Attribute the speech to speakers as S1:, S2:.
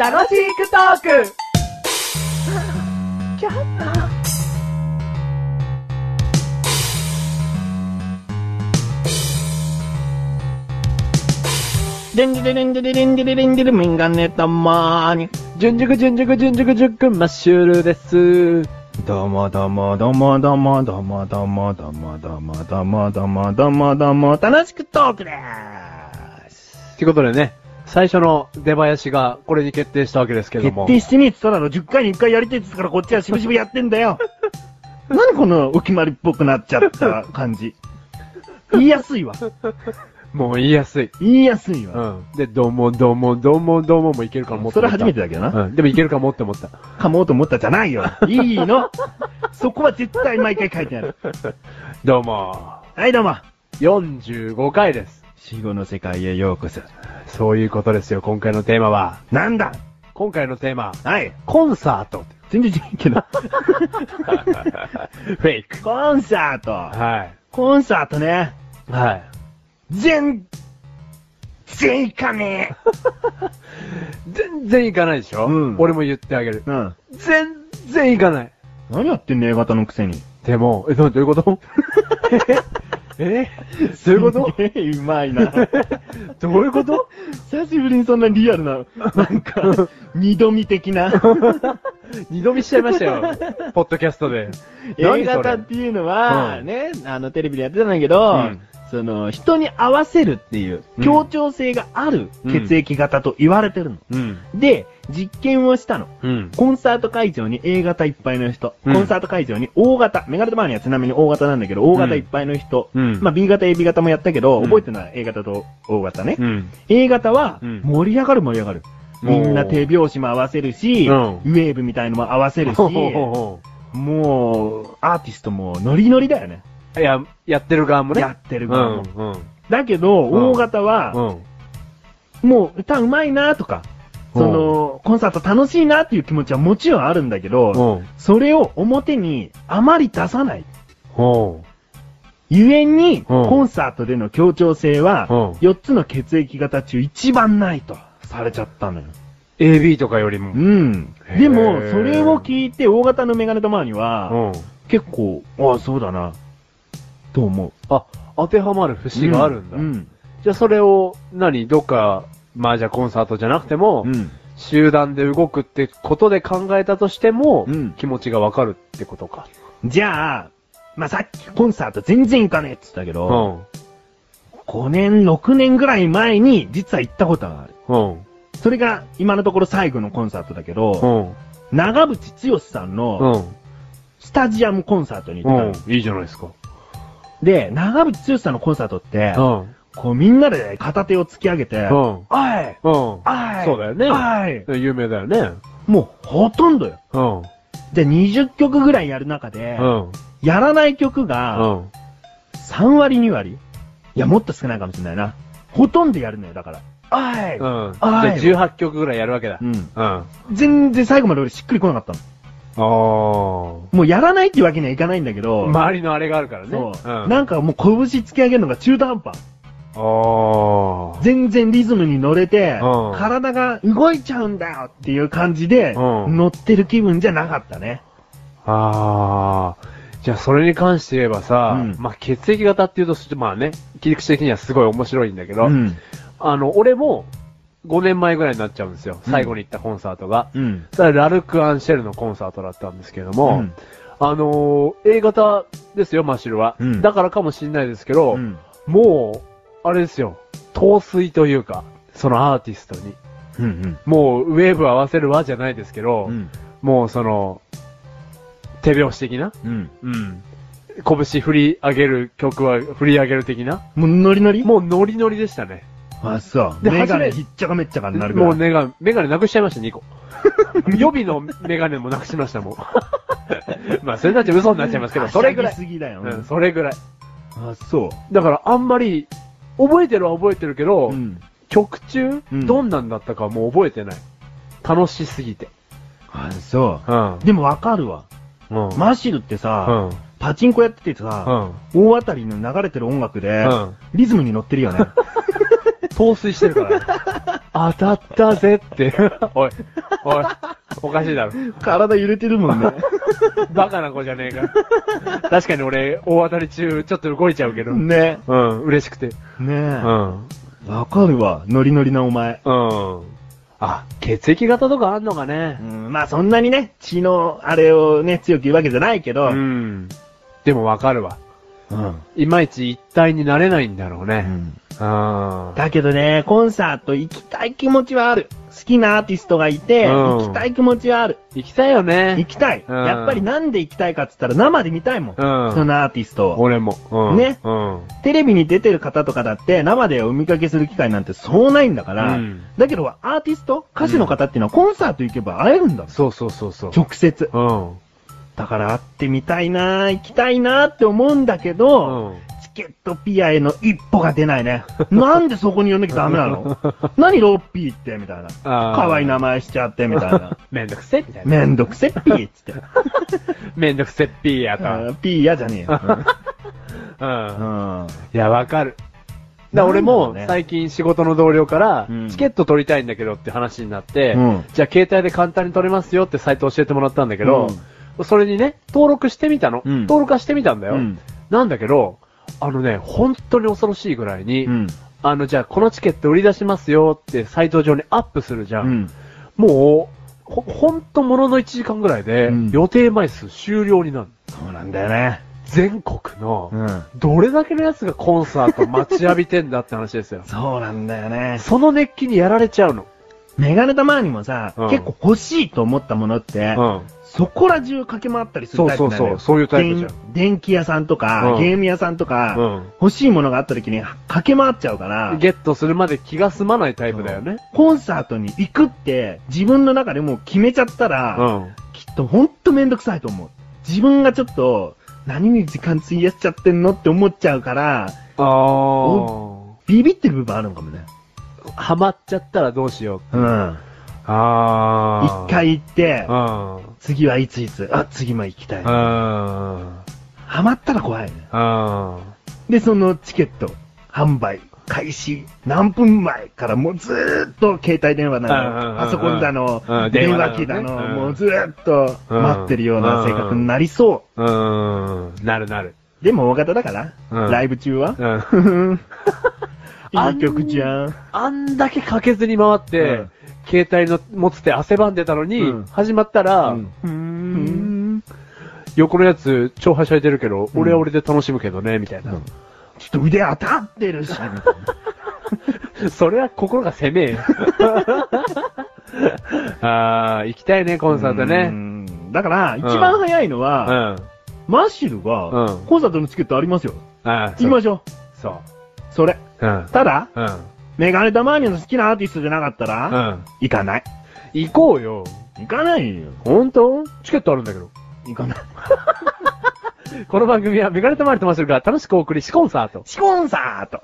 S1: 楽しくトーク
S2: デンデレレンデレレンデレレンデレメンガネたまーに。
S3: 純熟純熟純熟純熟マッシュルです。
S4: どうもどうもどうもどうもどうもどうもどうもどうもどうもどうもどうもどうも楽しくトークでーす。
S3: ということでね、最初の出囃子がこれに決定したわけですけど
S4: 決
S3: も。
S4: 定してねえって言っただろ、10回に1回やりたいですからこっちはしぶしぶやってんだよ。何このお決まりっぽくなっちゃった感じ。言いやすいわ。
S3: もう言いやすい。
S4: 言いやすいうわ。
S3: ん。で、どうもどうもどうもどうももいけるかもって
S4: それ
S3: 思った
S4: 初めてだけどな。
S3: うん。でもいけるかもって思 った。
S4: 噛もうと思ったじゃないよ。いいの。そこは絶対毎回書いてある。
S3: どうも。
S4: はい、どうも。
S3: 45回です。
S4: 死後の世界へようこそ。
S3: そういうことですよ、今回のテーマは。
S4: なんだ
S3: 今回のテーマ、
S4: はい。
S3: コンサー ト。
S4: 全然違うけど。
S3: フェイク。
S4: コンサート。
S3: は
S4: コンサートね。
S3: い。はい。
S4: 全、全いかね
S3: 全然いかないでしょ
S4: うん
S3: 俺も言ってあげる
S4: え。。うん。
S3: 全然いかない。
S4: 何やってんの A 型のくせに。
S3: でも、え、どどういうこと え えどういうこと
S4: ええ、うまいな。
S3: どういうこと
S4: 久しぶりにそんなリアルな、なん か、二度見的 な。
S3: 二度見しちゃいましたよ。ポッドキャストで。
S4: A
S3: 何それ
S4: 型っていうのは、
S3: うん
S4: ね、あの、テレビでやってたんだけど、
S3: うん
S4: その、人に合わせるっていう、
S3: うん
S4: 協調性がある血液型と言われてるの。
S3: うん。
S4: で、実験をしたの。
S3: うん。
S4: コンサート会場に A 型いっぱいの人、
S3: うん
S4: コンサート会場に O 型、メガネとマーニはちなみに O 型なんだけど、O 型いっぱいの人、
S3: うん
S4: まあ B 型、AB 型もやったけど、
S3: うん
S4: 覚えてるのは A 型と O 型ね。
S3: うん。
S4: A 型は
S3: うん
S4: 盛り上がる盛り上がる。みんな手拍子も合わせるし、
S3: うん
S4: ウェーブみたいのも合わせるし、
S3: ほうほうほ
S4: もう、アーティストもノリノリだよね。
S3: ういや、やってる側もね。
S4: やってる
S3: う
S4: 側も
S3: ん。うん。
S4: だけど、
S3: ん
S4: O 型
S3: う
S4: は、
S3: ん。
S4: もう歌うまいなとか、
S3: うん
S4: その、コンサート楽しいなっていう気持ちはもちろんあるんだけど、
S3: うん。
S4: それを表にあまり出さない。
S3: ほ
S4: ゆえに、
S3: うん
S4: コンサートでの協調性は、
S3: うん
S4: 4つの血液型中一番ないとされちゃったのよ。
S3: う。AB とかより
S4: う
S3: も。
S4: ん。
S3: へー
S4: でも、それを聞いて、大型のメガネとマーニは、
S3: うん。
S4: 結構、ああ、そうだな、と思う。
S3: あ、当てはまる節があるんだ。
S4: う。ん。
S3: じゃあそれを、何どっか、まあじゃあコンサートじゃなくても、
S4: うん。
S3: 集団で動くってことで考えたとしても、
S4: うん
S3: 気持ちがわかるってことか。
S4: じゃあ、まあ、さっきコンサート全然行かねえって言ったけ
S3: う
S4: ど、
S3: ん。
S4: 5年、6年ぐらい前に、実は行ったことがある。
S3: うん。
S4: それが、今のところ最後のコンサートだけど、
S3: うん。
S4: 長渕剛さんの
S3: うん。
S4: スタジアムコンサートに行ったの、
S3: いいじゃないですか。
S4: で、長渕剛さんのコンサートって、
S3: うん。
S4: こうみんなで片手を突き上げて、おい
S3: うん。うん。
S4: おい
S3: そうだよね
S4: おい
S3: 有名だよね。
S4: もうほとんどよ。
S3: うん。
S4: で、20曲ぐらいやる中で、
S3: うん。
S4: やらない曲
S3: う
S4: が、
S3: ん。
S4: 3割2割いや、もっと少ないかもしれないな。ほとんどやるのよ、だから。おい
S3: うん。じ
S4: あ
S3: ゃあ
S4: い
S3: 18曲ぐらいやるわけだ。
S4: うん。
S3: うん。あ
S4: 全然最後まで俺しっくり来なかったの。
S3: あ。
S4: もうやらないってわけにはいかないんだけど、
S3: 周りのあれがあるからね。
S4: そう、
S3: ん。あ
S4: なんかもう拳突き上げるのが中途半端。
S3: あ。
S4: 全然リズムに乗れて、
S3: うん
S4: 体が動いちゃうんだよっていう感じで、
S3: うん
S4: 乗ってる気分じゃなかったね。
S3: ああ。じゃあ、それに関して言えばさ、
S4: うん
S3: まあ、血液型っていうと、ちょっとまあね、切り口的にはすごい面白いんだけど、
S4: ん。
S3: あの、俺も、5年前ぐらいになっちゃうんですよ。最後に行ったコンサートが。
S4: うん。
S3: それはラルク・アンシェルのコンサートだったんですけども、
S4: うん
S3: あのー A 型ですよ、マシルは。
S4: うん
S3: だからかもしんないですけど、
S4: うん。
S3: もう、あれですよ、陶酔というか、そのアーティストに。
S4: うん。
S3: もう、ウェーブ合わせるわじゃないですけど、
S4: うん。
S3: もうその、手拍子的な
S4: うん。
S3: うん。拳振り上げる曲は振り上げる的な
S4: もうノリノリ
S3: もうノリノリでしたね。
S4: あ、そう。
S3: で
S4: メガネ
S3: 初め
S4: ひっちゃかめっちゃかになるぐらい。
S3: もうメガ、メガネなくしちゃいました、2個。予備のメガネもなくしました、 もう。まあ、それだって嘘になっちゃいますけど、
S4: はしゃ
S3: そ
S4: ぎ
S3: れぐらい。
S4: すぎだよ。
S3: うん、それぐらい。
S4: あ、そう。
S3: だから、あんまり、覚えてるは覚えてるけど、
S4: ん。
S3: 曲中、
S4: うん
S3: どんなんだったかはもう覚えてない。楽しすぎて。
S4: あ、そ
S3: うん
S4: う。。でもわかるわ。
S3: うん。
S4: マシルって
S3: う
S4: さ、
S3: ん。
S4: パチンコやってて
S3: う
S4: さ、
S3: ん。
S4: 大当たりの流れてる音楽で
S3: う、ん。
S4: リズムに乗ってるよね。
S3: 陶酔してる から。当たったぜって。 おい、おい、おかしいだろ。
S4: 体揺れてるもんね。
S3: バカな子じゃねえか。確かに俺、大当たり中、ちょっと動いちゃうけど。うん、
S4: ね。
S3: 嬉しくて。
S4: ね
S3: う
S4: え。
S3: ん。
S4: わかるわ。ノリノリなお前。
S3: うん。あ、血液型とかあんのかね
S4: う。ん、まあそんなにね、血のあれをね、強く言うわけじゃないけど。
S3: うん。でもわかるわ。
S4: うん。
S3: いまいち一体になれないんだろう
S4: う
S3: ね。
S4: ん
S3: ああ。
S4: だけどね、コンサート行きたい気持ちはある。好きなアーティストがいて、
S3: うん
S4: 行きたい気持ちはある。
S3: 行きたいよ
S4: 行
S3: ね。
S4: きたい。
S3: うん
S4: やっぱりなんで行きたいかって言ったら生で見たいもん。
S3: うん
S4: そのアーティストを。
S3: 俺も。うん。
S4: ね
S3: うん。
S4: テレビに出てる方とかだって生でお見かけする機会なんてそうないんだから、
S3: うん
S4: だけどアーティスト歌手の方っていうのはコンサート行けば会えるんだもん
S3: そうそうそうそう。
S4: 直接。
S3: うん。
S4: だから会ってみたいな行きたいなって思うんだけ
S3: う
S4: ど、
S3: ん。
S4: チケットピアへの一歩が出ないね。 なんでそこに呼んなきゃダメなの 何ロッピーってみたいな。
S3: あー
S4: 可愛い名前しちゃってみた いな。
S3: めんどくせえみたいな。
S4: めんどくせっぴーっつ って。
S3: めんどくせっぴーやと。
S4: あーピーやじゃね えよ。
S3: うん
S4: う。ん。
S3: いや、わかる。だ
S4: なんだろうね
S3: 俺も最近仕事の同僚から
S4: うん、
S3: チケット取りたいんだけどって話になって、
S4: うん
S3: じゃあ携帯で簡単に取れますよってサイト教えてもらったんだけど、それにね、登録してみたの。
S4: うん
S3: 登録はしてみたんだよ、
S4: うん
S3: なんだけど、あのね、本当に恐ろしいぐらいに、
S4: うん。
S3: あの、じゃあこのチケット売り出しますよってサイト上にアップするじゃ。
S4: うんん。
S3: もう、ほ、ほんとものの1時間ぐらいで、
S4: うん
S3: 予定枚数終了になる。
S4: そうなんだよね。
S3: 全国の、
S4: うん。。
S3: どれだけのやつがコンサート待ちわびてんだって話 ですよ
S4: そうなんだよね。
S3: その熱気にやられちゃうの。
S4: メガネたまにもさ、
S3: うん
S4: 結構欲しいと思ったものって、
S3: うん。
S4: そこら中駆け回ったりするタイプなのよ
S3: そうそうそうそういうタイプじゃん
S4: 電電気屋さんとか、
S3: うん
S4: ゲーム屋さんとか、
S3: うん
S4: 欲しいものがあった時に駆け回っちゃうから、
S3: ゲットするまで気が済まないタイプだよね。
S4: コンサートに行くって自分の中でもう決めちゃったら、
S3: うん。
S4: きっとほんとめんどくさいと思う。自分がちょっと、何に時間費やしちゃってんのって思っちゃうから、
S3: あー。
S4: ビビってる部分あるのかもね。
S3: ハマっちゃったらどうしよう。
S4: うん。
S3: あ
S4: 一。回行って
S3: う、ん。
S4: 次はいついつ、あ、次も行きた
S3: う
S4: い。
S3: ん。
S4: ハマったら怖いね。
S3: うん。
S4: で、そのチケット、販売、開始、何分前からもうずーっと携帯電話な
S3: うんうんうんうん
S4: の、パソコンだの
S3: う、ん
S4: 電
S3: 電話だ
S4: 話
S3: のね
S4: 機だの、
S3: うん
S4: もうずーっと待ってるような性格になりそう
S3: ーん。なるなる。
S4: う。でも大型だから、
S3: うん
S4: ライブ中は、
S3: うん。
S4: いい曲じゃん。
S3: あんだけかけずに回って、
S4: うん
S3: 携帯の持つ手汗ばんでたのに、
S4: うん
S3: 始まったら、
S4: うん
S3: うーん横のやつ、超はしゃいでるけど、俺は俺で楽しむけどね、みたいな。
S4: ちょっと腕当たってるし、みたい な
S3: それは心が攻 めえよ。あー、行きたいね、 コンサート
S4: う
S3: ね。
S4: んだから、一番早いの
S3: うん。
S4: は、
S3: あ
S4: マッシュルは
S3: うん、
S4: コンサートのチケットありますよ。
S3: ー
S4: 行きましょ
S3: そう
S4: う。それ。
S3: そう。うん。
S4: ただ、
S3: うん。
S4: メガネタマーニの好きなアーティストじゃなかったら、
S3: うん。
S4: 行かない。
S3: 行こうよ。
S4: 行かないよ。
S3: 本当チケットあるんだけど。
S4: 行かない。
S3: この番組はメガネたまりとましるが楽しくお送りしコンサート。
S4: シコンサート。